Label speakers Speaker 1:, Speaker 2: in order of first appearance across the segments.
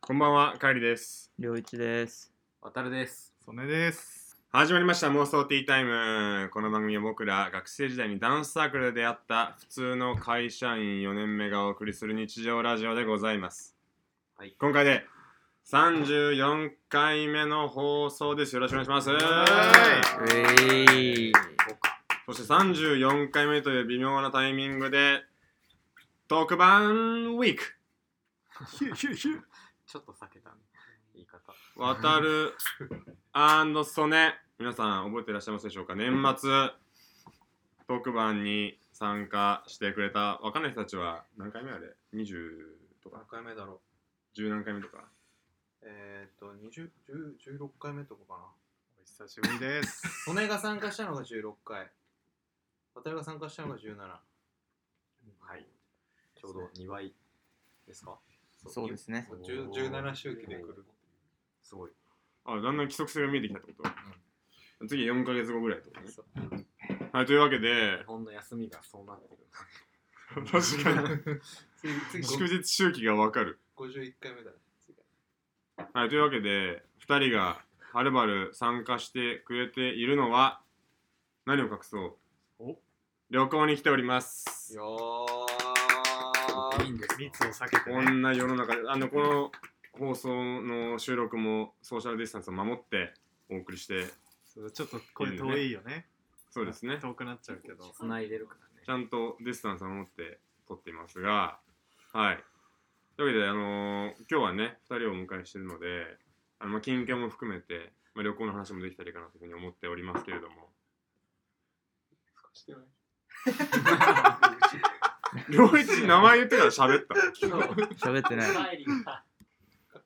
Speaker 1: こんばんは、かえりです。
Speaker 2: りょういちです。
Speaker 3: 渡るです。
Speaker 4: それです。
Speaker 1: 始まりました、妄想ティータイム。この番組は僕ら学生時代にダンスサークルで出会った普通の会社員4年目がお送りする日常ラジオでございます。
Speaker 3: はい
Speaker 1: 今回で34回目の放送です。よろしくお願いします。
Speaker 4: は
Speaker 2: うえい。
Speaker 1: そして34回目という微妙なタイミングで特番ウィーク
Speaker 4: ヒューヒューヒュー。
Speaker 3: ちょっと避けたね。言い方。
Speaker 1: 渡るアンドソネ皆さん覚えていらっしゃいますでしょうか年末特番に参加してくれた若い人たちは何回目あれ ?20 とか
Speaker 3: 何回目だろう。
Speaker 1: 10何回目とか
Speaker 3: えっ、ー、と、20、10 16回目とかかな。
Speaker 4: お久しぶりです。
Speaker 3: 曽根が参加したのが16回。渡るが参加したのが17。はい。ちょうど2倍ですか。
Speaker 2: そうですね。
Speaker 3: 10 17周期で来る。すごい。
Speaker 1: あだんだん規則性が見えてきたってこと、次4ヶ月後ぐらいってことね
Speaker 3: そう
Speaker 1: はいというわけ
Speaker 3: 日
Speaker 1: で
Speaker 3: 本の休みがそうなってる。
Speaker 1: 確かに
Speaker 3: 次、
Speaker 1: 祝
Speaker 3: 次、
Speaker 1: 日周期がわかる
Speaker 3: 51回目だね。
Speaker 1: はい、というわけで2人がはるばる参加してくれているのは何を隠そう
Speaker 4: お
Speaker 1: 旅行に来ております
Speaker 3: よ
Speaker 4: いい
Speaker 3: ー
Speaker 4: んです。密を避けて
Speaker 1: こ
Speaker 4: ね。
Speaker 1: んな世の中であのこの放送の収録もソーシャルディスタンスを守ってお送りして
Speaker 4: そうちょっとこれ遠いよね。
Speaker 1: そうですね
Speaker 4: 遠くなっちゃう けど。
Speaker 3: つないでるからね
Speaker 1: ち。ゃんとディスタンスを守って撮っていますがはいというわけであのー今日はね2人をお迎えしているのであの、まあ、近況も含めて、まあ、旅行の話もできたらいいかなというふうに思っておりますけれども
Speaker 3: してない。
Speaker 1: 両一名前言ってから喋った
Speaker 2: 喋っ てない。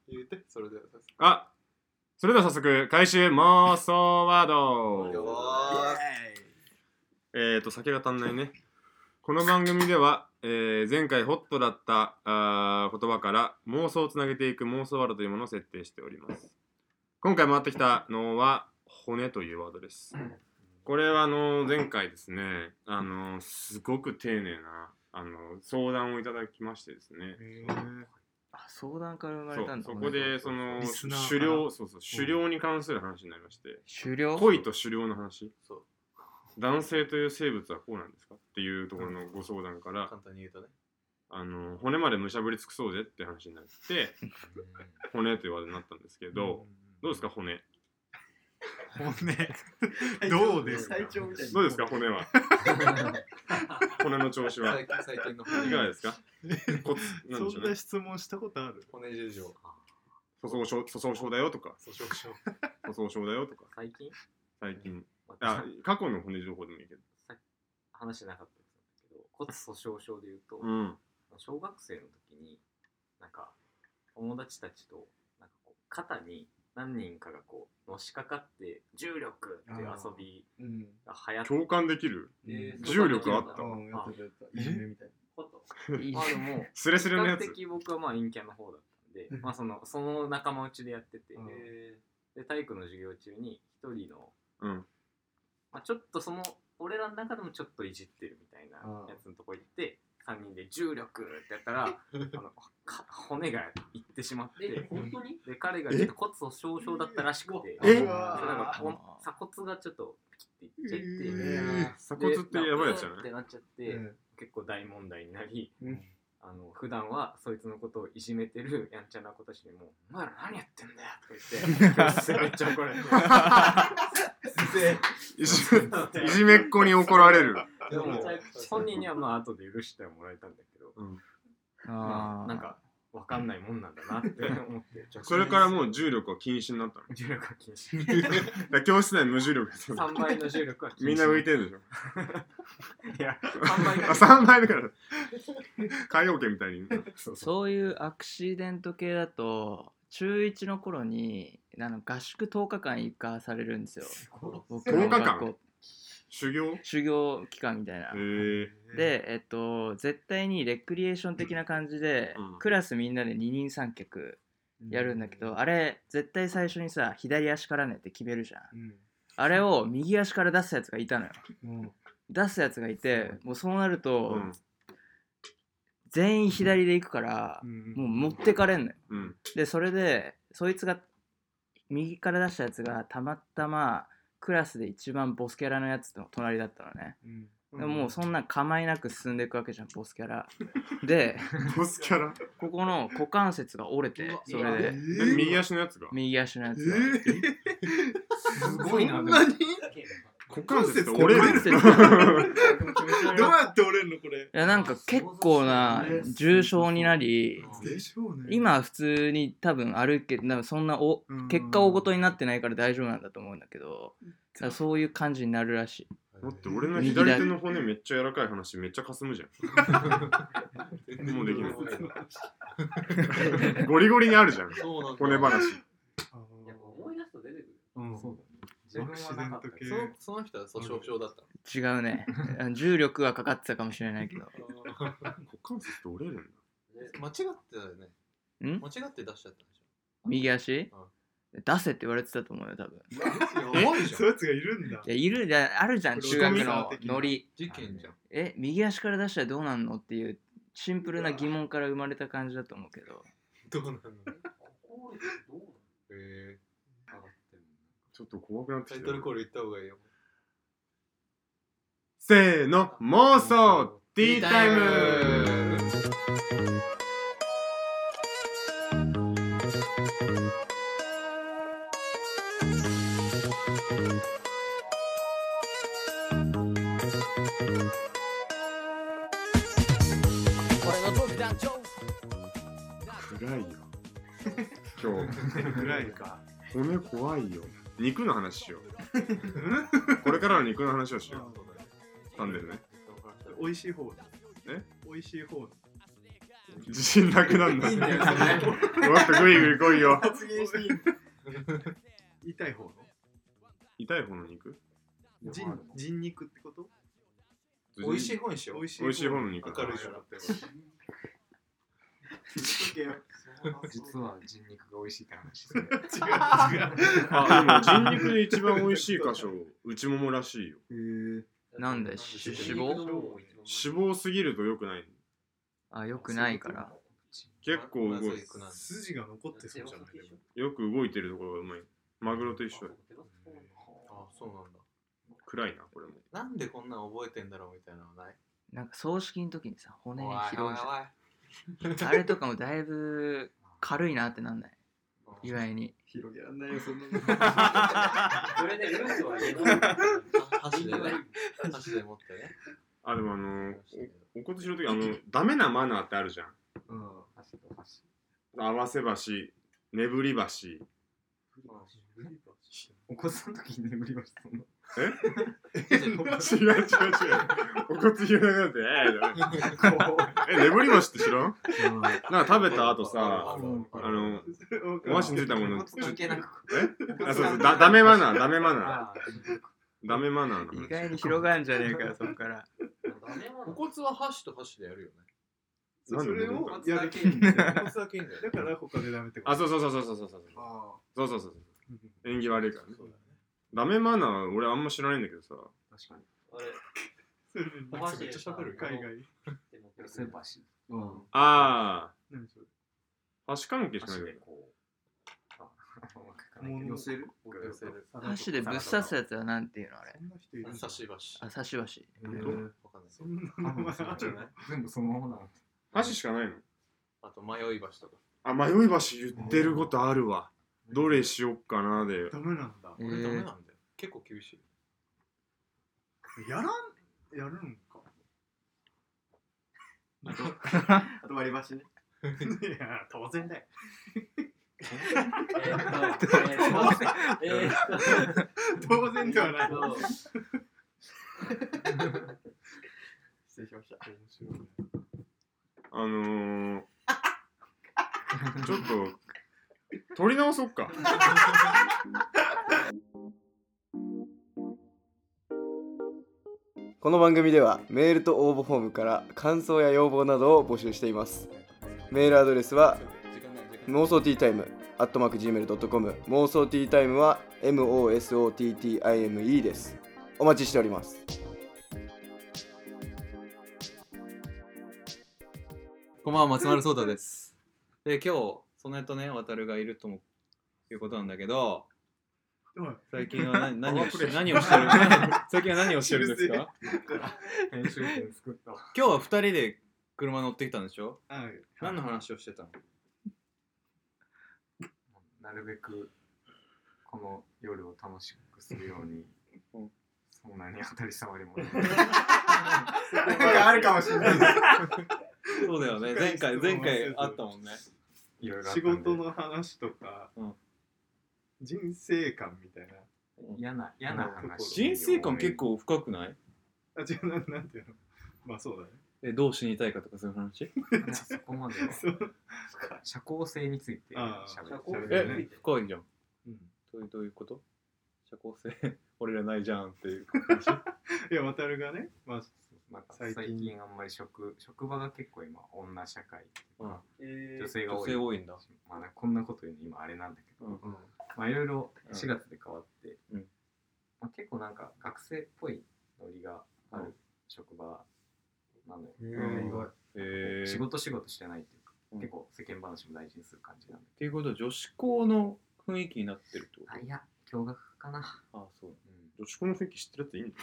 Speaker 3: 言うて、それではさす
Speaker 1: あそれでは早速回収妄想ワードえーと酒が足んないねこの番組では、えー前回ホットだったあー言葉から妄想をつなげていく妄想ワードというものを設定しております今回回ってきたのは骨というワードですこれはあの前回ですねあのすごく丁寧なあの相談をいただきましてですね
Speaker 4: へー
Speaker 2: あ、相談から生ま
Speaker 1: そ
Speaker 2: れたん
Speaker 1: う
Speaker 2: だ。
Speaker 1: そこでその
Speaker 4: リスナーから
Speaker 1: 狩猟そうそう狩猟に関する話になりまして、
Speaker 2: 終了。
Speaker 1: 恋と狩猟の話
Speaker 3: そう
Speaker 1: 男性という生物はこうなんですかっていうところのご相談から、
Speaker 3: 簡単に言うとね。
Speaker 1: あの骨までむしゃぶりつくそうぜって話になって骨というワードになったんですけど、どうですか骨
Speaker 4: 骨。どうですか。
Speaker 3: 体調みたいな
Speaker 1: どうですか骨は骨の調子はい
Speaker 3: 最近最近の
Speaker 1: かが
Speaker 3: 骨
Speaker 1: ですかコツなんで
Speaker 4: そ
Speaker 1: しょ
Speaker 4: ん
Speaker 1: うね
Speaker 4: な質問したことある。
Speaker 3: 骨事情。
Speaker 1: 粗相症粗相症だよとか
Speaker 3: 訴訟症。
Speaker 1: 粗相症だよとか
Speaker 3: 最近
Speaker 1: 最近
Speaker 3: あ
Speaker 1: あ過去の骨情報でもいいけど
Speaker 3: 話してなかったんですけど、骨粗しょう症で言うと、
Speaker 1: うん
Speaker 3: 小学生の時に、なんか、友達たちと、なんかこう、肩に何人かがこう、のしかかって、重力っていう遊び
Speaker 5: うん。
Speaker 3: が流行って、
Speaker 1: 共感できる
Speaker 5: えー
Speaker 1: 重力あった
Speaker 5: うん、やってたやってた。いじめみたい
Speaker 3: こと
Speaker 2: いい
Speaker 3: まあ でも、
Speaker 1: スレス
Speaker 3: 比
Speaker 1: レのや
Speaker 3: 較
Speaker 1: つ
Speaker 3: 的僕はまあ陰キャの方だったんで、まあその、その仲間内でやってて、
Speaker 5: うん
Speaker 3: で、体育の授業中に一人の、
Speaker 1: うん
Speaker 3: まあ、ちょっとその俺らの中でもちょっといじってるみたいな
Speaker 5: うん
Speaker 3: やつのとこ行って3人で重力ってやったらあのか骨がいってしまってで
Speaker 5: 本当に
Speaker 3: 彼がちょっと骨粗しょう症だったらしくて
Speaker 5: え
Speaker 3: そうう
Speaker 5: わ
Speaker 3: なんか
Speaker 2: あ
Speaker 3: こん鎖骨がちょっとピキッていっちゃって、
Speaker 5: えー
Speaker 1: 鎖骨ってやばいやつじゃな
Speaker 3: でなって
Speaker 1: い
Speaker 3: なっちゃって、
Speaker 5: な。
Speaker 3: 結構大問題になり、
Speaker 5: うん
Speaker 3: あの普段はそいつのことをいじめてるやんちゃな子たちにも「お前ら何やってんだよ」とか言ってめっちゃ怒 られて
Speaker 1: いじいじめっ 子に怒られる
Speaker 3: でも本人にはまあ後で許してはもらえたんだけど、ま
Speaker 2: あ
Speaker 3: あ
Speaker 2: ー
Speaker 3: なん。かわかんないもんなんだなって思 って
Speaker 1: それからもう重力は禁止になったの
Speaker 3: 重力は禁止
Speaker 1: だ から教室内無重力やったの
Speaker 3: 3倍の重力は禁止
Speaker 1: みんな浮いてるでしょ
Speaker 3: いや3倍
Speaker 1: あ3倍だから海洋圏みたいに
Speaker 3: そうそう
Speaker 2: そういうアクシデント系だと。中1の頃にあの合宿10日間行かされるんですよ。僕の
Speaker 1: 10日間
Speaker 2: 学校
Speaker 1: 修行へ
Speaker 2: 修行期間みたいな。
Speaker 1: え
Speaker 2: で、えっと、絶対にレクリエーション的な感じで、
Speaker 1: うん
Speaker 2: クラスみんなで二人三脚やるんだけど、あれ絶対最初にさ左足からねって決めるじゃん
Speaker 5: うん。
Speaker 2: あれを右足から出すやつがいたのよ
Speaker 5: うん。
Speaker 2: 出すやつがいてもうそうなると、
Speaker 1: うん
Speaker 2: 全員左で行くから、もう持ってかれんのよ
Speaker 1: うん
Speaker 2: でそれでそいつが右から出したやつがたまたまクラスで一番ボスキャラのやつの隣だったのね、
Speaker 4: うん、
Speaker 2: でもうそんな構いなく進んでいくわけじゃんボスキャラで
Speaker 1: ボスキャラ
Speaker 2: ここの股関節が折れてそれで
Speaker 1: え右足のやつが
Speaker 2: 右足のや
Speaker 5: え
Speaker 2: つが
Speaker 5: す
Speaker 3: ご いな
Speaker 5: そんなに
Speaker 1: 股関節
Speaker 5: 股関節
Speaker 1: 折れ
Speaker 2: 折れて
Speaker 1: る
Speaker 2: る
Speaker 5: どうやって折れんのこれ
Speaker 2: いやなんか結構な重傷になり
Speaker 5: でしょうね
Speaker 2: 今普通に多分歩けなんかそんなお
Speaker 4: うん
Speaker 2: 結果大ごとになってないから大丈夫なんだと思うんだけどだからそういう感じになるらしい
Speaker 1: だって俺の左手の骨めっちゃ柔らかい話めっちゃかすむじゃもうできないんゴリゴリにあるじゃん
Speaker 5: そうなんだ
Speaker 1: 骨 話
Speaker 4: あー
Speaker 3: いや思い出すと出てくる。
Speaker 4: うん
Speaker 3: そう
Speaker 4: 自分はなかったけど
Speaker 5: そのその人は訴訟症だったの
Speaker 2: 違うねあの重力はかかってたかもしれないけど
Speaker 1: 股関節って折れるんだ
Speaker 5: 間違ってたよね
Speaker 2: ん
Speaker 5: 間違って出しちゃったんでし
Speaker 2: 右足出せって言われてたと思うよ多分
Speaker 5: ょやばいじゃ
Speaker 4: そういうんやつがいるんだ
Speaker 2: いやいるじゃあるじゃん中学のノリ
Speaker 5: 事件じゃん
Speaker 2: え右足から出したらどうなんのっていうシンプルな疑問から生まれた感じだと思うけど
Speaker 5: どうなの
Speaker 3: 心どうなの
Speaker 5: えー上がってんの
Speaker 1: ちょっと怖くなって
Speaker 5: タ
Speaker 1: き
Speaker 5: イ
Speaker 1: た
Speaker 5: トルコール言った方がいいよ
Speaker 1: せーの妄想ティータイム暗いよ今日
Speaker 4: 暗いか
Speaker 1: 骨怖いよ肉の話しようこれからの肉の話を しよう噛んでるね
Speaker 4: 美味しい方
Speaker 1: え
Speaker 4: 美味しい方
Speaker 1: 自信なくなんだ
Speaker 5: いいん
Speaker 1: も
Speaker 5: だよ
Speaker 1: っとグイグイ来いよ
Speaker 5: 発言していいんだ
Speaker 4: 痛い方
Speaker 1: 痛い方の肉
Speaker 4: 人人肉ってこと
Speaker 5: 美味しい方にしよう
Speaker 4: 美味しい
Speaker 1: 美味しい方の肉
Speaker 5: 明るいから
Speaker 3: 実は人肉が美味しいって話
Speaker 4: 違う違う
Speaker 1: あでも人肉で一番美味しい箇所内ももらしいよ
Speaker 2: なんでし脂肪
Speaker 1: 脂肪すぎると良くない
Speaker 2: あよくないから
Speaker 1: 結構動い
Speaker 5: まずいく な
Speaker 4: 筋が残ってそうじゃないでも
Speaker 1: よく動いてるところがうまいマグロと一緒だよ
Speaker 5: あそうなんだ
Speaker 1: 暗いなこれも
Speaker 5: なんでこんなん覚えてんだろうみたいなのない
Speaker 2: なんか葬式の時にさ骨拾うじ
Speaker 5: おい
Speaker 2: ゃんあれとかもだいぶ軽いなってなんない意外に
Speaker 5: 広げらんないよそんなの
Speaker 3: それでルートは
Speaker 5: 箸でね箸で持ってね
Speaker 1: あでもあのーおお骨拾う時あのダメなマナーってあるじゃん合わせ橋眠り橋
Speaker 6: お子さんの時に眠りました。そんな
Speaker 1: 違う違う違うお骨拾うなんてえええ眠り橋って知らんなんか食べた後さあの お箸についたも のちょ
Speaker 5: 関係なく
Speaker 1: あそうそうだダメマナーダメマナーダメマナーの
Speaker 2: 意
Speaker 1: 話
Speaker 2: 外に広がるんじゃねえかよそっから
Speaker 5: お骨は箸と箸でやるよね
Speaker 4: それを
Speaker 5: お骨
Speaker 4: や
Speaker 5: だ
Speaker 4: る
Speaker 5: け お骨だけいいんだよ
Speaker 4: だから他でダメってこと
Speaker 1: あそうそうそうそうそうそうそう
Speaker 4: あ
Speaker 1: そうそうそう
Speaker 4: ー
Speaker 1: 縁起悪いからね
Speaker 4: そうだね
Speaker 1: ダメマナー俺あんま知らないんだけどさ
Speaker 3: 確かに
Speaker 4: それ
Speaker 3: お箸で
Speaker 4: めっちゃ喋る海外
Speaker 3: スーパーし
Speaker 1: あ
Speaker 4: 何それ
Speaker 1: あ橋関係しないよね
Speaker 3: こ
Speaker 4: 物
Speaker 6: 寄せる
Speaker 5: 寄せる
Speaker 2: 箸でぶっ刺すやつはなんていうのあれ
Speaker 4: そんな人いるんだ
Speaker 5: 差し箸
Speaker 2: あ差し箸
Speaker 1: 本
Speaker 5: わかんない
Speaker 4: そんなのはあ
Speaker 5: じゃ
Speaker 4: る
Speaker 5: ない
Speaker 6: 全部そのままなの。
Speaker 1: 橋しかないの
Speaker 5: あと迷い箸とか
Speaker 1: あ迷い橋言ってることあるわどれしよっかなで
Speaker 4: ダメなんだ
Speaker 2: え
Speaker 5: これダメな
Speaker 2: ー
Speaker 5: んだよ結構厳しい
Speaker 4: やらんやるんか
Speaker 6: あと割 り箸ね。
Speaker 4: いや当然だよ
Speaker 3: え ーっとえーっとえーっと
Speaker 4: 当然ではない
Speaker 6: 失礼しました。
Speaker 1: あのー、ちょっと取り直そっか
Speaker 7: この番組ではメールと応募フォームから感想や要望などを募集していますメールアドレスは妄想ティータイムアットマーク Gmail.com 妄想ティータイムは MOSOTTIME ですお待ちしております
Speaker 5: こんばんは、松丸聡太です。で、今日、そのとね、渡るがいるとも、いうことなんだけど、
Speaker 4: はい
Speaker 5: 最近 は何何を
Speaker 1: パワ
Speaker 5: し
Speaker 1: ープレイ
Speaker 5: 何を してる最近は何をしてるんですか
Speaker 3: 編集点作ったわ。
Speaker 5: 今日は二人で車乗ってきたんでしょ
Speaker 4: はい
Speaker 5: 何の話をしてたの
Speaker 3: なるべくこの夜を楽しくするように、そんなに当たり障りも ない。
Speaker 6: なんかあるかもしれない。
Speaker 5: そうだよね、前回、前回あったもんね。
Speaker 3: いろいろあったん
Speaker 6: 仕
Speaker 3: で
Speaker 6: 事の話とか
Speaker 5: うん、
Speaker 6: 人生観みたいな。
Speaker 3: 嫌な嫌な話。
Speaker 5: 人生観結。構深くない
Speaker 6: あ、違う、なんなんていうのまあそうだね。
Speaker 5: え、どう死にたいかとかそういう話
Speaker 3: そこまで
Speaker 6: そう
Speaker 3: 社交性について
Speaker 6: ああ
Speaker 3: 喋って
Speaker 6: 社交性
Speaker 5: え
Speaker 6: ね、
Speaker 5: 深いじゃん。
Speaker 6: うん
Speaker 5: どういうどういうこと社交性、 俺らないじゃんっていう。
Speaker 6: いや、渡るがね、まあ、
Speaker 3: なんか
Speaker 6: 最
Speaker 3: 最
Speaker 6: 近
Speaker 3: 近あんまり職職場が結構今女社会
Speaker 5: うん
Speaker 3: 女性が
Speaker 5: 女
Speaker 3: 多い
Speaker 5: 性多いんだ。
Speaker 3: まあなんかこんなこと言うの今あれなんだけど、
Speaker 5: うん
Speaker 3: まあいろいろ
Speaker 5: うん
Speaker 3: 4月で変わって、
Speaker 5: うん
Speaker 3: まあ、結構なんか学生っぽいノリがある職場なのよ、
Speaker 6: うん意外
Speaker 5: え
Speaker 3: 仕
Speaker 5: ー、っ
Speaker 3: 事仕事してないっていうか、
Speaker 5: うん
Speaker 3: 結構世間話も大事にする感じなんだ
Speaker 5: ていうことは女子校の雰囲気になってるってこ
Speaker 3: けどあいや驚愕かな、
Speaker 5: とああ、そう。
Speaker 3: うん
Speaker 1: 女子校の雰囲気知ってるっていいんだ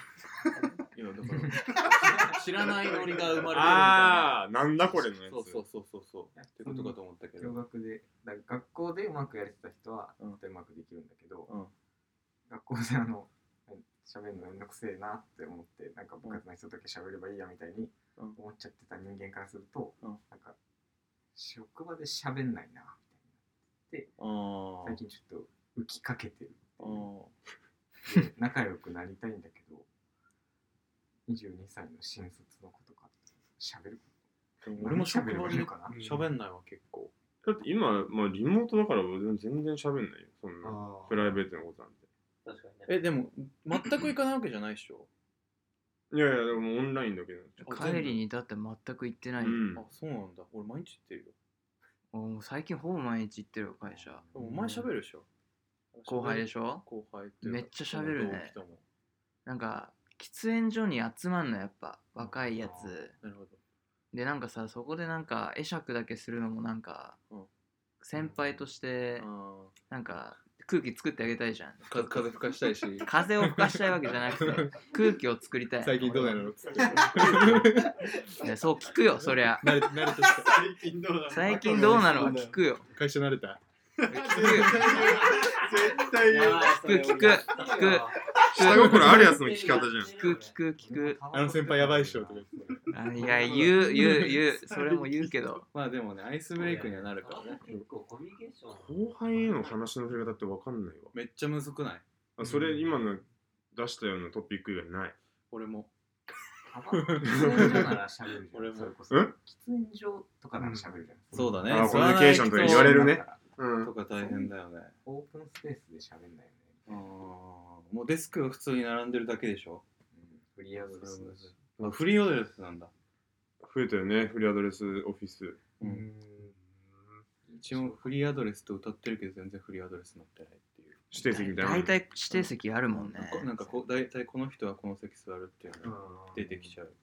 Speaker 5: いや、だ から、 知らないノリが生まれてるみたいな。
Speaker 1: あーなんだこれのやつ
Speaker 5: そうそうそうそうそう。ってことかと思ったけ
Speaker 3: 共
Speaker 5: ど。
Speaker 3: 学でだから学校でうまくやれてた人は
Speaker 5: うん
Speaker 3: 絶対うまくできるんだけど、
Speaker 5: うん
Speaker 3: 学校であの喋るのめんどくせえなって思ってなんか部活の人だけ喋ればいいやみたいに
Speaker 5: うん
Speaker 3: 思っちゃってた人間からすると、
Speaker 5: うん
Speaker 3: なんか職場で喋んないなみたい
Speaker 5: あ
Speaker 3: な
Speaker 5: ー
Speaker 3: 最近ちょっと浮きかけてる
Speaker 5: あー。
Speaker 3: で仲良くなりたいんだけど22歳の新卒の子とか喋る
Speaker 5: でも俺も職場
Speaker 3: 喋ればいい
Speaker 5: で
Speaker 3: のかな
Speaker 5: 喋んないわ、結構。
Speaker 1: だって今、まあ、リモートだから俺全然喋んないよそんな
Speaker 6: あ
Speaker 1: プライベートなことなんて
Speaker 6: 確かにね。
Speaker 5: え、でも、全く行かないわけじゃないでしょ
Speaker 1: いやいやでもオンラインだけど
Speaker 5: あ
Speaker 2: 帰りにだって全く行ってない、
Speaker 1: うん
Speaker 5: あ、そうなんだ。俺、毎日行ってるよ。
Speaker 2: もう最近ほぼ毎日行ってるよ会社
Speaker 5: でもお前喋るでしょ
Speaker 2: 後輩で
Speaker 5: ょ
Speaker 2: しょ
Speaker 5: 後輩っていうか
Speaker 2: めっちゃ喋るね
Speaker 5: 同期とも
Speaker 2: なんか喫煙所に集まんのやっぱ若いやつ
Speaker 5: なるほど。
Speaker 2: でなんかさそこでなんか会釈だけするのもなんか、
Speaker 5: うん
Speaker 2: 先輩として
Speaker 5: あ
Speaker 2: なんか空気作ってあげたいじゃん
Speaker 5: ーか風吹かしたいし。
Speaker 2: 風を吹かしたいわけじゃなくて空気を作りたい
Speaker 5: 最近どうなのつって
Speaker 2: ねそう聞くよそりゃ
Speaker 5: 慣れ慣れてきた。
Speaker 6: 最近どうなの
Speaker 2: 最近どうなのは聞くよ
Speaker 5: 会社慣れた。
Speaker 2: 聞くよ
Speaker 6: 絶対言う。
Speaker 2: 聞く聞く聞く
Speaker 1: 下心あるやつの聞き方じゃん
Speaker 2: 聞く聞く聞く
Speaker 5: あの先輩やばいっしょとか言って。
Speaker 2: あいや言う言う言うそれも言うけど
Speaker 5: まあでもね、アイスブレイクにはなるからね。
Speaker 8: 結構コミュニケーション
Speaker 1: 後輩への話の振り方って分かんないわ
Speaker 5: めっちゃむずくない
Speaker 1: あそれ今の出したようなトピック以外ない
Speaker 5: 俺も。
Speaker 3: 喫煙所なら喋る じゃ
Speaker 5: 俺
Speaker 3: ん
Speaker 5: も
Speaker 3: それこそ
Speaker 1: え
Speaker 3: 喫煙所とかなら喋るじゃん、
Speaker 5: そうだね。
Speaker 1: あー
Speaker 5: 吸
Speaker 1: コミュ
Speaker 5: わない
Speaker 1: ニケーションとか言われるねうん
Speaker 5: 人とか大変だよね。
Speaker 3: オープンスペースで喋んないよね。
Speaker 5: あーもうデスクが普通に並んでるだけでしょ
Speaker 3: うん、フリーアドレスだし。
Speaker 5: あフリーオーデルスなんだ。
Speaker 1: 増えたよねフリーアドレスオフィス
Speaker 5: うん一応フリーアドレスと歌ってるけど全然フリーアドレスになってないっていう。
Speaker 1: 指定席みたいな
Speaker 2: 大体指定席あるもんね
Speaker 5: なんかなんかこう大体この人はこの席座るっていうのが出てきちゃう。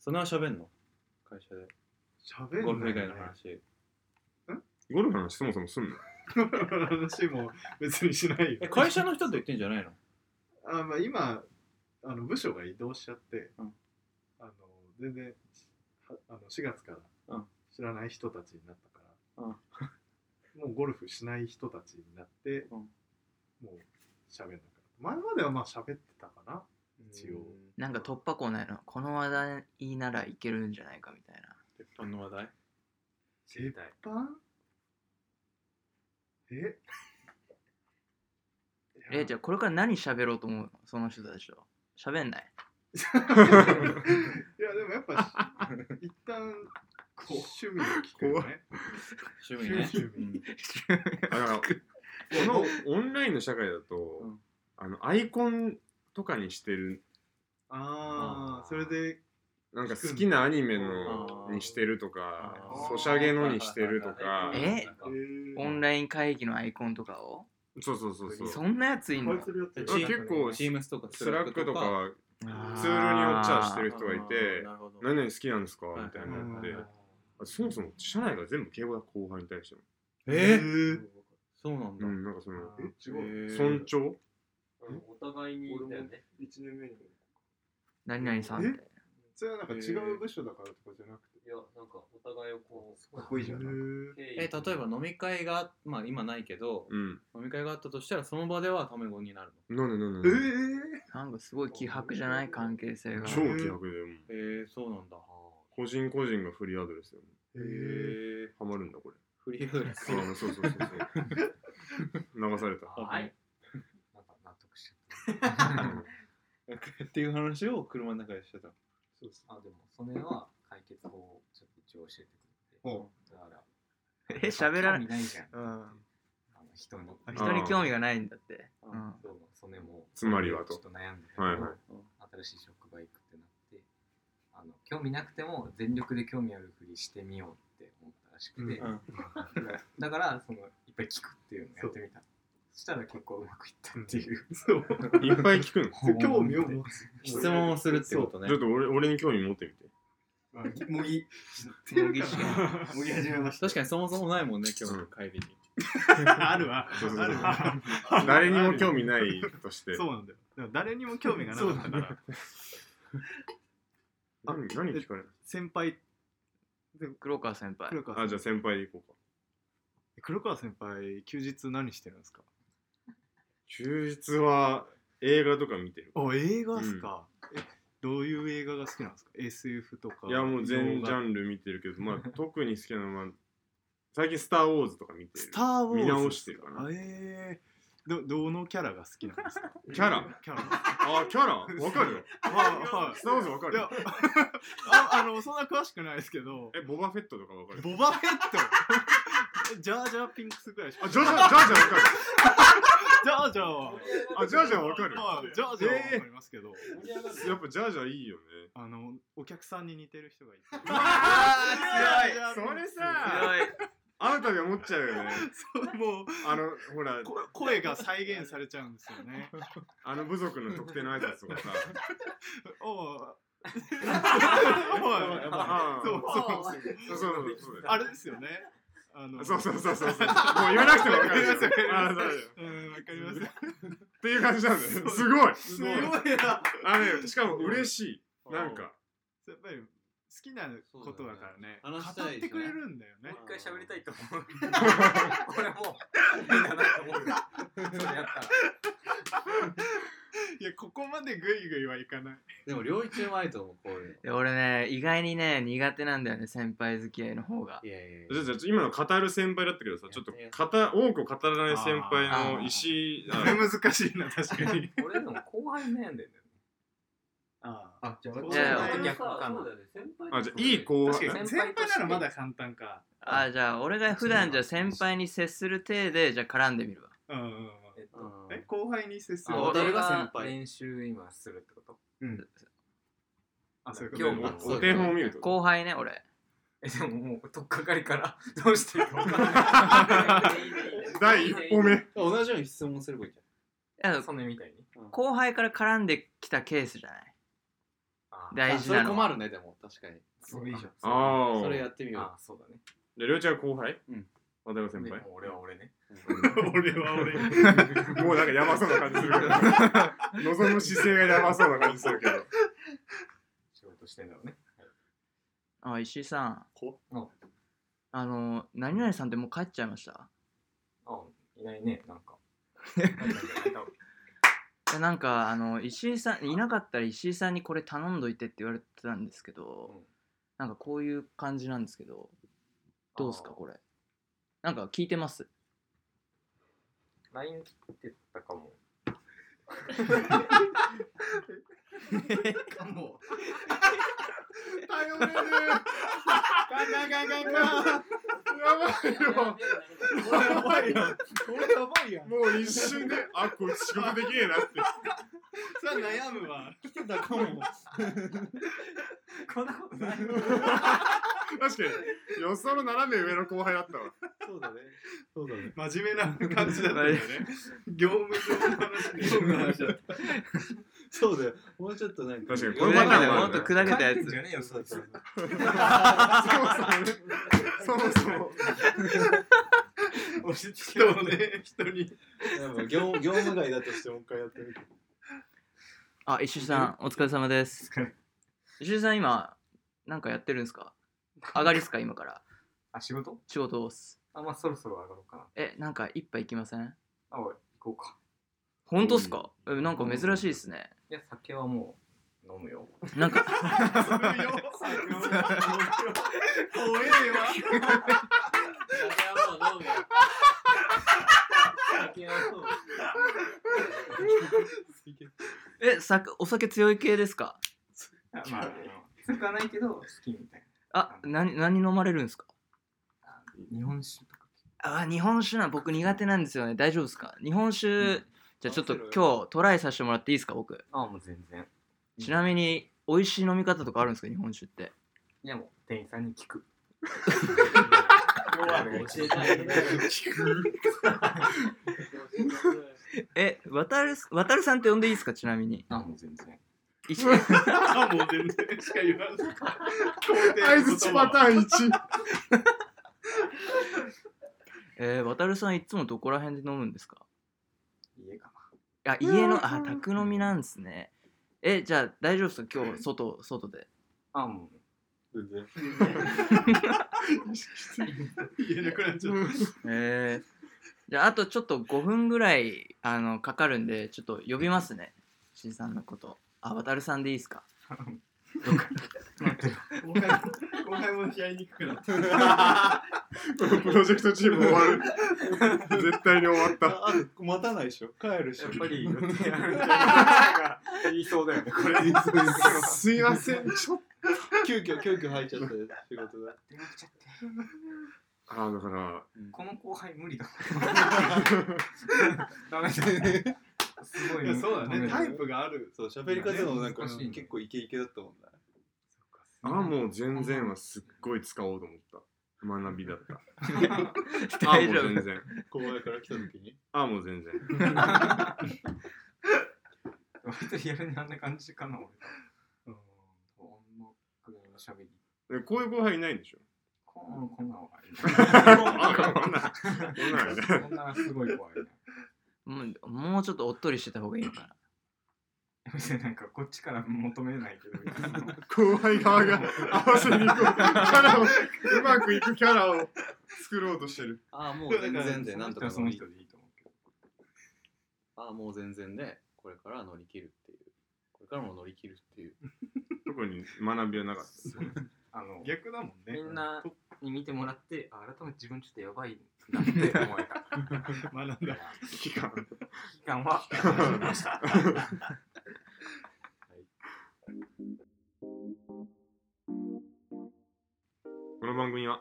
Speaker 5: そんな喋んの会社で。
Speaker 6: 喋ん
Speaker 5: ゴルフ
Speaker 6: ない
Speaker 5: 以
Speaker 6: ね
Speaker 5: 外の話。
Speaker 1: ゴルフの話そもそもすんの
Speaker 6: 話も別にしないよ
Speaker 5: え、。会社の人と言ってんじゃないの
Speaker 6: あまあ、今あの部署が移動しちゃって、
Speaker 5: うん
Speaker 6: あの全然はあの4月か
Speaker 5: う
Speaker 6: ら
Speaker 5: ん
Speaker 6: 知らない人たちになったから、
Speaker 5: うん
Speaker 6: もうゴルフしない人たちになって、
Speaker 5: うん
Speaker 6: もう喋んなかった前まではまあ喋ってたかな一応
Speaker 2: なんか突破口ないのこの話題ならいけるんじゃないかみたいな
Speaker 5: 鉄板の話題
Speaker 3: 知りたい。
Speaker 6: パンえ
Speaker 2: えじゃあこれから何喋ろうと思うのその人たちと喋んない
Speaker 6: いやでもやっぱし一旦趣味を聞くよね
Speaker 5: 趣味ね。
Speaker 6: 趣味
Speaker 1: だからこのオンラインの社会だと、
Speaker 5: うん
Speaker 1: あのアイコンとかにしてる
Speaker 3: あー
Speaker 6: ああそれで
Speaker 1: なんか好きなアニメ
Speaker 5: あ
Speaker 1: の
Speaker 5: ー
Speaker 1: にしてるとか
Speaker 5: あー
Speaker 1: ソシャゲのにしてるとか
Speaker 2: えオン
Speaker 6: イ
Speaker 2: ライン会議のアイコンとかを
Speaker 1: そうそうそうそう
Speaker 2: そんなやついんの
Speaker 1: あ結構
Speaker 5: チームスとか
Speaker 1: スラックとかは
Speaker 2: あー
Speaker 1: ツールによっちゃしてる人がい
Speaker 5: あー
Speaker 1: て
Speaker 5: なるほど
Speaker 1: 何々好きなんですか
Speaker 5: はい
Speaker 1: みたいな
Speaker 5: う
Speaker 1: のやって
Speaker 5: ん
Speaker 1: あそもそも社内が全部敬語だ後輩に対しても
Speaker 5: えーそうなん
Speaker 1: う
Speaker 5: だ。
Speaker 1: んなんかその
Speaker 6: え違う、
Speaker 5: えー
Speaker 1: 尊重
Speaker 3: うんお互いにだよね。
Speaker 6: 一年目に
Speaker 2: 何々さんって。
Speaker 6: それはなんか違う部署だからとかじゃなくて
Speaker 3: いや、なんかお互いをこう、
Speaker 6: かっこいいじゃん
Speaker 5: えー例えば飲み会が、まあ今ないけど、
Speaker 1: うん
Speaker 5: 飲み会があったとしたら、その場ではタメ語になるの。
Speaker 1: なんでなん
Speaker 6: え
Speaker 1: でなんで
Speaker 6: え
Speaker 2: なんかすごい気迫じゃない関係性が。
Speaker 1: 超気迫でもう
Speaker 5: えー、そうなんだ。
Speaker 1: 個人個人がフリーアドレスよ
Speaker 5: えー、
Speaker 1: ハマるんだこれ
Speaker 5: フリーアドレス。
Speaker 1: あそうそうそう そう流された
Speaker 3: はい。 なんか納得しち
Speaker 5: っていう話を車の中でしてた。
Speaker 3: ゃった。あ、でも、それは解決法をちょっと一応教えてくれて。だから、
Speaker 2: え、喋ら
Speaker 3: 興味
Speaker 2: ない。
Speaker 3: ないじゃん。
Speaker 2: うん。
Speaker 3: あの人に。
Speaker 2: あ人に興味がないんだって。うん。
Speaker 3: そう、それも。
Speaker 1: つまりはと
Speaker 3: ちょっと悩んでたけど
Speaker 1: はいはい
Speaker 3: 新しい職場行くってなって、あの、興味なくても全力で興味あるふりしてみようって思ったらしくて、
Speaker 5: うん
Speaker 3: だから、その、いっぱい聞くっていうのをやってみた。そしたら結構うまくいったっていう。
Speaker 6: そう
Speaker 1: いっぱい聞くの
Speaker 6: 興味を持つ
Speaker 5: 質問をするってこと
Speaker 1: ちょ
Speaker 5: ね
Speaker 1: っ。と俺俺に興味持 ってみて
Speaker 6: 模擬
Speaker 2: 模擬試験。
Speaker 6: 模擬始めました
Speaker 5: 確かにそもそもないもんね、今日の帰りに。
Speaker 6: あるわ
Speaker 1: そうそうそう
Speaker 6: あるわ
Speaker 1: 誰にも興味ないとして
Speaker 6: そうなんだよでも誰にも興味がなかったから
Speaker 1: 何何聞かれ
Speaker 6: 先輩
Speaker 2: 黒川先輩。
Speaker 6: 黒
Speaker 1: たあ
Speaker 6: 川
Speaker 1: じ
Speaker 6: 先
Speaker 1: ゃあ先輩で行こうか
Speaker 6: 輩黒川先輩休日何してるんですか
Speaker 1: 休日は映画とか見てる
Speaker 6: あ映画っすか、えどういう映画が好きなんですか SF とか
Speaker 1: いやもう全ジャ
Speaker 6: ン
Speaker 1: ンル見てるけどまあ特に好きなのは最近「スター・ウォーズ」とか見てる
Speaker 6: スター・ウォーズ
Speaker 1: 見直してるかな
Speaker 6: あえー、どどのキャラが好きなんですか
Speaker 1: キャラ
Speaker 6: キャラ
Speaker 1: あキャラわかる よ
Speaker 6: は
Speaker 1: スター・ウォーズわか
Speaker 6: いい
Speaker 1: る
Speaker 6: や
Speaker 1: よ
Speaker 6: ああのそんな詳しくないですけど
Speaker 1: えボバフェットとかわかる
Speaker 6: ボバフェット ジャージャーピンクスぐらいしか
Speaker 1: あジョジョジョジョわかる
Speaker 6: ジャージャーは
Speaker 1: あジョジョわかる
Speaker 6: まあジャージャーはわかりますけど、
Speaker 1: やっぱジャージャーいいよね
Speaker 6: あのお客さんに似てる人がいて
Speaker 2: あ
Speaker 6: ジャージャー
Speaker 1: そ
Speaker 6: ピン
Speaker 1: れ
Speaker 6: クス
Speaker 1: さ
Speaker 2: 強い。
Speaker 1: あなたが思っちゃうよね
Speaker 6: そうもう
Speaker 1: あのほら
Speaker 6: こ声が再現されちゃうんですよね
Speaker 1: あの部族の特定の挨拶と かさ
Speaker 6: おう
Speaker 1: やばそうそうそうそ
Speaker 6: そうそう
Speaker 1: う
Speaker 6: あれですよねあの
Speaker 1: そうそうそうそうそうもう言わなくてもわかるよあそうだよ
Speaker 6: うんわかります
Speaker 1: っていう感じなんだよねすごい
Speaker 6: すごいな
Speaker 1: あれしかも嬉しいなんか
Speaker 6: やっぱり好きなことだからね
Speaker 5: そうだよね話し
Speaker 6: 語
Speaker 5: たい
Speaker 6: っ
Speaker 5: ですね
Speaker 6: てくれるんだよね
Speaker 3: もう一回喋りたいと思う。俺もう、いいんだなと思う。それやったら。
Speaker 6: いやここまでグイグイはいかない
Speaker 5: でも、両一うまいと思う、こういう
Speaker 2: で俺ね、意外にね、苦手なんだよね、先輩付き合いの方が
Speaker 5: の。い。やいやい
Speaker 1: じゃあじゃあ今の語る先輩だったけどさちょっと語多く語らない先輩の石
Speaker 6: これ難しいな確かに
Speaker 3: 俺でも後輩悩んでんだよね。
Speaker 6: あ
Speaker 3: あ、じゃ
Speaker 6: あ
Speaker 3: あ、
Speaker 2: じゃあ
Speaker 3: 逆かな。
Speaker 1: ああじゃあいい後
Speaker 6: 確
Speaker 1: 輩
Speaker 6: かに先輩ならまだ簡単か
Speaker 2: あーじゃあ俺が普段じゃあ先輩に接する体でじゃあ絡んでみるわ。
Speaker 6: うんうんうん
Speaker 3: えっと
Speaker 5: や。
Speaker 6: え後輩に接する
Speaker 5: あ俺が先輩
Speaker 3: 練習今するってこと
Speaker 6: あそういうこと
Speaker 3: 今日も
Speaker 1: お手本を見ると
Speaker 2: 後輩ね俺。
Speaker 3: え、でももう、とっかかりから、 どうしていいか分から ないいいねいいねいいね。
Speaker 1: 第一歩目
Speaker 5: 同じように質問すればいいじ
Speaker 2: いや
Speaker 3: そのみたいに。
Speaker 2: 後輩から絡んできたケースじゃない
Speaker 3: あ
Speaker 5: ゃん。
Speaker 2: 大事
Speaker 5: それ
Speaker 2: なの
Speaker 5: 困
Speaker 2: は。
Speaker 5: るね、でも、確かに。
Speaker 3: そういいじゃん。
Speaker 1: ああ
Speaker 5: それやってみよ
Speaker 3: あ、そうだね。
Speaker 1: でりょうちゃんは後輩
Speaker 5: うん
Speaker 1: 渡辺先
Speaker 3: で
Speaker 1: 輩
Speaker 3: も俺は俺ね。
Speaker 6: 俺は俺
Speaker 1: もうなんかやばそうな感じするけ ど望む姿勢がやばそうな感じするけど
Speaker 3: 仕事してんだろうね。
Speaker 2: あ石井さん。
Speaker 3: こうん。
Speaker 2: あの何々さんってもう帰っちゃいました
Speaker 3: あ、いないね、なん か。
Speaker 2: いやなんかあの石井さんいなかったら石井さんにこれ頼んどいてって言われてたんですけど、
Speaker 3: うん
Speaker 2: なんかこういう感じなんですけどどうすかこれなんか聞いて ます
Speaker 3: れ。LINE 切ってたかも。
Speaker 6: も
Speaker 1: 頼れるガンガンガンガンガンやばいよ
Speaker 6: うやばいよこれやばいやん
Speaker 1: もう一瞬であこいつ仕事できねえなって
Speaker 6: それは悩むわ
Speaker 5: う。来てたかも。
Speaker 3: こんなことないの
Speaker 1: 確かに、よその斜め上の後輩だったわ。
Speaker 6: そうだね。そうだね。
Speaker 4: 真面目な感じだったよね。
Speaker 6: 業務上の話で。
Speaker 5: 僕の話だった
Speaker 6: そうだよ。もうちょっとなんか。
Speaker 1: 確かに、こ
Speaker 2: こ
Speaker 1: の
Speaker 2: れ
Speaker 1: パタ
Speaker 2: ま
Speaker 1: ーン
Speaker 2: で
Speaker 1: も
Speaker 2: も
Speaker 1: あ
Speaker 2: っ
Speaker 1: る
Speaker 2: と
Speaker 1: ね
Speaker 2: 砕けたや
Speaker 3: 帰ってん
Speaker 2: つ
Speaker 3: じ。ゃねえよ、そいつ。
Speaker 1: そもそもね、そもそも。
Speaker 6: 押し付け
Speaker 4: 人
Speaker 6: を
Speaker 4: を
Speaker 6: ね。
Speaker 4: ね、人に。
Speaker 6: なんか業業務外だとしてもう一回やってみて。
Speaker 2: あ、石井さん、お疲れ様です。石井さん、今、なんかやってるんですか上がりっすか、今から。
Speaker 3: あ、仕事
Speaker 2: 仕事っす。
Speaker 3: あ、まあそろそろ上がろうかな。
Speaker 2: え、なんか一杯行きません
Speaker 3: あ、おい、行こうか。
Speaker 2: 本当っすか、えなんか珍しいっすね。
Speaker 3: いや、酒はもう飲むよ。
Speaker 2: なんか、
Speaker 4: 怖えわ。
Speaker 3: 酒はもう飲むよ。酒はもう。
Speaker 2: え、さお酒強い系ですか
Speaker 3: まあ、強くはないけど、好きみたい
Speaker 2: あ、なに、何飲まれるんですか
Speaker 3: な。日本酒とか。
Speaker 2: あ、日本酒なん、僕苦手なんですよね。大丈夫ですか日本酒、
Speaker 3: うん
Speaker 2: じゃあちょっと今日トライさせてもらっていいですか、僕。
Speaker 3: あ、もう全然。
Speaker 2: ちなみに、美味しい飲み方とかあるんですか、日本酒って。
Speaker 3: いや、もう店員さんに聞く。
Speaker 6: 教えてあげないよ
Speaker 2: え、渡る、渡るさんって呼んでいいですか、ちなみに。
Speaker 3: あ、もう全然。
Speaker 2: 石
Speaker 4: あ、もう全然しか言わん。
Speaker 1: 相づちパターン1。
Speaker 2: えー、渡るさんいつもどこら辺で飲むんですか
Speaker 3: 家かな。
Speaker 2: あ、家の、あ、宅飲みなんですね。え、じゃあ大丈夫ですか今日、外、外で。
Speaker 3: あ、もう。
Speaker 5: 全然
Speaker 4: 言えなくなっちゃった。
Speaker 2: えー、じゃああとちょっと5分ぐらいあのかかるんでちょっと呼びますねしんさんのことあ渡るさんでいいです か
Speaker 4: 後輩後輩もやりにくくなった。
Speaker 1: このプロジェクトチーム終わる。絶対に終わった。
Speaker 5: あ待たないでしょ帰るし
Speaker 3: やっぱり予定あるみたいなが言いそうだよね、これ。電話
Speaker 1: すいません、ちょっと。
Speaker 6: 急遽、急遽入っちゃったよ仕事が。
Speaker 3: 来ちゃって。
Speaker 1: あ、だから、
Speaker 3: この後輩無理だ。ダメだ。すごい
Speaker 4: い
Speaker 3: ね。
Speaker 4: やそうだね。タイプがある。
Speaker 5: そう喋り方もなんか
Speaker 3: 難しいね
Speaker 5: 結構イケイケだったもんな
Speaker 1: あ、もう全然はすっごい使おうと思った。学びだ った。あ、
Speaker 2: 大
Speaker 1: もう
Speaker 2: 丈夫
Speaker 1: 全然。
Speaker 6: 後輩から来た時に。
Speaker 1: あ、もう全然。
Speaker 3: 割とリアルにあんな感じかな、俺。うん。こんなくらいの喋り。
Speaker 1: えこういう後輩いないんでしょ
Speaker 3: こんな、こんなのは
Speaker 1: あ、こんな、こんなのいない
Speaker 3: こんなすごい怖いね。
Speaker 2: もうもうちょっとおっとりしてた方がいいのかな
Speaker 3: 別になんかこっちから求めないけど、
Speaker 1: 後輩側が合わせに行こう。キャラを、うまくいくキャラを作ろうとしてる。
Speaker 5: ああもう全然でなんと
Speaker 3: 人は
Speaker 5: か
Speaker 3: そ
Speaker 5: 乗
Speaker 3: の
Speaker 5: り
Speaker 3: 人でいいと思うけど。
Speaker 5: ああもう全然でこれから乗り切るっていうこれからも乗り切るっていう
Speaker 1: 特に学びはなかった。
Speaker 3: あの、
Speaker 4: 逆だもんね。
Speaker 3: みんなに見てもらって、あ改めて自分ちょっとやばいなって思えた。
Speaker 4: 学んだ。
Speaker 1: 期間。
Speaker 3: 期間は、
Speaker 1: この番組は、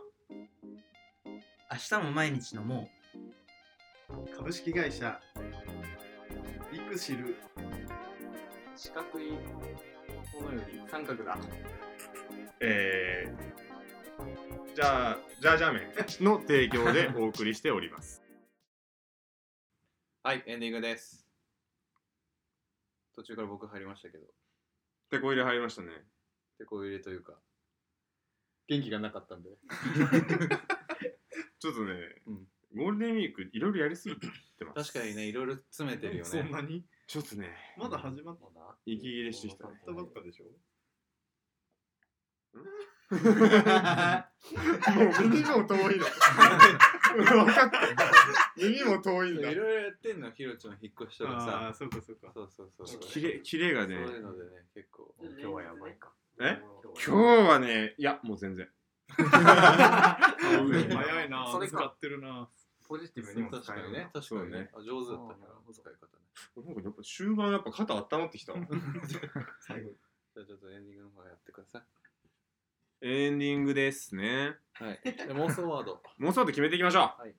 Speaker 8: 明日も毎日飲もう
Speaker 4: 株式会社イクシル
Speaker 3: 四角いものより三角だ。
Speaker 1: えー、じゃあ、じゃあじゃあ麺の提供 でお送りしております。
Speaker 5: はいエンディングです途中から僕入りましたけど
Speaker 1: テコ入れ入りましたね。
Speaker 5: 手こ入れというか元気がなかったんで
Speaker 1: ちょっとね、
Speaker 5: うん
Speaker 1: ゴールデンウィークいろいろやりすぎてます。
Speaker 5: 確かにねいろいろ詰めてるよね
Speaker 4: そんなに
Speaker 1: ちょっと ね、
Speaker 4: まだ始まっ
Speaker 1: 息切れしてきたね。
Speaker 4: たばっかでしょ
Speaker 1: もう耳も遠い の。分かった。耳も遠い
Speaker 5: い
Speaker 1: ん
Speaker 5: ろ
Speaker 1: だ
Speaker 5: い。ろやってんのひろちゃん引っ越しとか
Speaker 4: ああ
Speaker 5: さ
Speaker 4: ー、そうかそうか。
Speaker 5: そうそうそう
Speaker 1: キレ、キレが
Speaker 5: そう
Speaker 1: ね、
Speaker 5: いうのでね結構
Speaker 3: 今日はやばいか。
Speaker 1: え今
Speaker 3: は
Speaker 1: 日はね、いや、もう全 然。
Speaker 3: うん
Speaker 4: 早いな。
Speaker 3: それか
Speaker 4: 使ってるな。
Speaker 3: ポジティブにも
Speaker 5: 確
Speaker 3: 使
Speaker 5: か
Speaker 3: える
Speaker 5: にね
Speaker 3: ね。
Speaker 5: 確かにねあ上手だった
Speaker 3: あー
Speaker 5: ね
Speaker 3: なるほど
Speaker 5: 使い方ね
Speaker 1: なんかやっぱ終盤やっぱ肩温まってきた。
Speaker 5: じゃあちょっとエンディングの方やってくださ
Speaker 1: エンディングですね。
Speaker 5: いはいで妄想ワード
Speaker 1: もうちょっと決めていきましょう。
Speaker 5: はい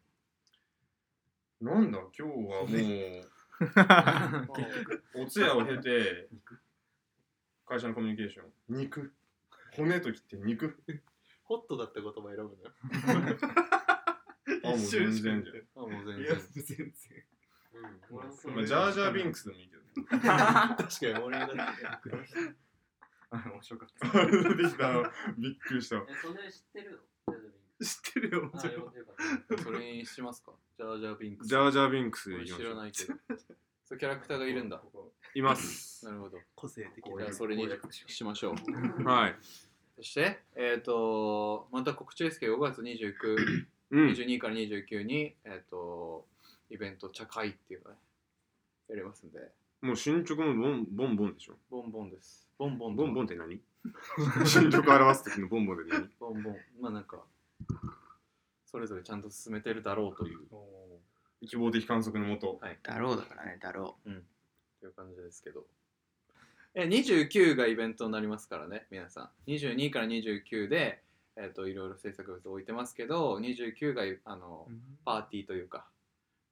Speaker 1: なんだ、今日はもう、お通夜を経て、会社のコミュニケーション。肉。骨と切って肉
Speaker 6: ホットだった言葉選ぶのよ。
Speaker 1: あもう全然じゃん
Speaker 5: あもう全
Speaker 6: いや
Speaker 5: 然。、
Speaker 6: 全
Speaker 3: う
Speaker 6: 然。
Speaker 3: ん俺もそう
Speaker 1: まあジャージャービンクスでもいいけどね
Speaker 6: 確かに俺がだって。
Speaker 3: あ面白かっ た。
Speaker 1: あれ できたのびっくりした
Speaker 3: え、それ知ってるの
Speaker 6: 知ってるよ、も
Speaker 3: あ、
Speaker 6: ち
Speaker 3: よ
Speaker 6: ろん
Speaker 3: かった。
Speaker 5: それにしますかジャージャービンクス。
Speaker 1: ジャージャービンクスで
Speaker 5: 俺
Speaker 1: いきま
Speaker 5: 知
Speaker 1: しょ
Speaker 5: ら
Speaker 1: う
Speaker 5: ないけど。そうキャラクターがいるんだ。
Speaker 1: います
Speaker 5: なるほど。
Speaker 6: 個性的
Speaker 5: じゃあそれにしましょう。
Speaker 1: はい
Speaker 5: そして、えっ、と、また告知ですけど、5月29、
Speaker 1: うん
Speaker 5: 22から29に、えっ、と、イベント、茶会っていうのね、やりますんで、
Speaker 1: もう進捗もボンボンボンでしょ
Speaker 5: ボンボンです。ボンボンと
Speaker 1: ボンボンって 何進捗表す時のボンボンで何
Speaker 5: ボンボン。まあなんか、それぞれちゃんと進めてるだろうという、
Speaker 1: 希望的観測のもと
Speaker 2: だろうだからね、だろ
Speaker 5: という感じですけど。え、29がイベントになりますからね、皆さん。22から29で、えっ、と、いろいろ制作物置いてますけど、29が、あの、パーティーというか、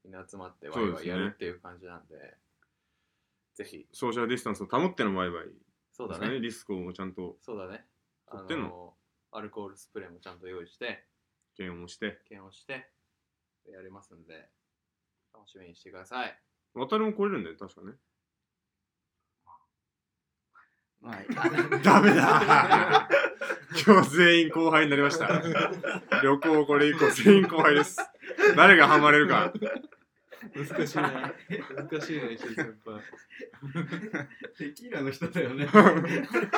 Speaker 5: みんな集まってワイワイやるっていう感じなんで、ぜひ、
Speaker 1: ソーシャルディスタンスを保ってのワイワイ
Speaker 5: そう
Speaker 1: で
Speaker 5: だ
Speaker 1: すかね
Speaker 5: ね、
Speaker 1: リスクをちゃんと
Speaker 5: そうだね、あ
Speaker 1: 撮ってん
Speaker 5: の、アルコールスプレーもちゃんと用意して、
Speaker 1: 検温して
Speaker 5: 検温して、やりますんで、楽しみにしてください。
Speaker 1: 渡るも来れるんだよ確かね
Speaker 2: う。 まあ、
Speaker 1: ダメ だ今日全員後輩になりま した旅行これ以降全員後輩です誰がハマれる か
Speaker 5: 難しいな、難しいな、石井先輩。
Speaker 6: テキーラの人だよね。
Speaker 5: セキュ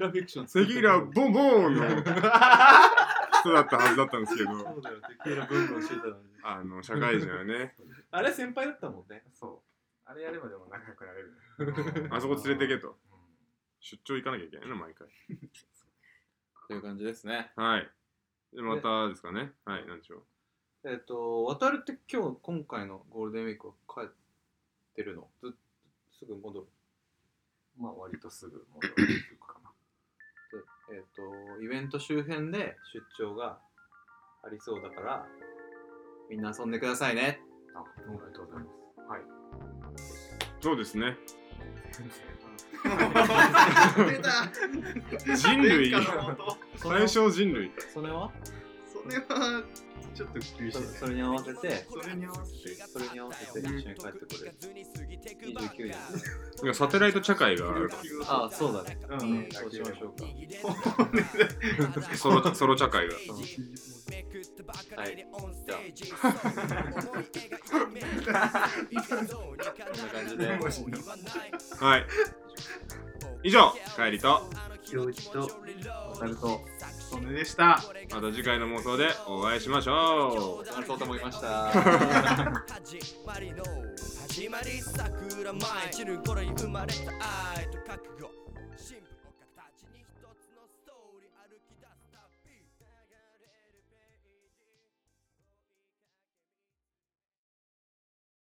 Speaker 5: ラフィクション
Speaker 1: セキーラ
Speaker 5: そう
Speaker 1: ボンボー ンの人だったはずだったんですけど
Speaker 5: だよ、テキーラブンブンしてたのに。
Speaker 1: あの社会人はね
Speaker 5: あれ先輩だったもんね。
Speaker 3: そう。あれやればでも仲良くなれる。
Speaker 1: あそこ連れてけと
Speaker 3: うん
Speaker 1: 出張行かなきゃいけないの毎回
Speaker 5: という感じですね。
Speaker 1: はいでまたですかねはいなんでしょう
Speaker 5: えっ、と、渡るって今日、今回のゴールデンウィークは帰ってるのずすぐ戻る。
Speaker 3: まあ割とすぐ戻るっていうかな。
Speaker 5: えっ、と、イベント周辺で出張がありそうだから、みんな遊んでくださいね。
Speaker 3: あ、おめでとうございます。はい。
Speaker 1: そうですね
Speaker 6: 出た
Speaker 1: 人類
Speaker 6: 殿下の元
Speaker 1: 最小人類
Speaker 5: それは
Speaker 6: それは、ちょっと厳しい
Speaker 5: そ
Speaker 6: ね。
Speaker 5: それに合わせて、
Speaker 6: それに合わせて。
Speaker 5: それに合わせて一緒に帰ってくれる。29に
Speaker 1: いやサテライト茶 会がある
Speaker 5: ああ、そうだね。
Speaker 6: うん。
Speaker 5: そうしましょうか。
Speaker 1: ソロソロ茶会が
Speaker 5: はい。じゃあ、 こんな感じで。
Speaker 1: はい以上帰りと
Speaker 8: 行事と
Speaker 5: なると、
Speaker 6: それでした。
Speaker 1: また次回の妄想でお会いしましょう
Speaker 5: なるとと思いました。
Speaker 9: 始まりの始まり桜舞い散る頃に生まれた愛と覚悟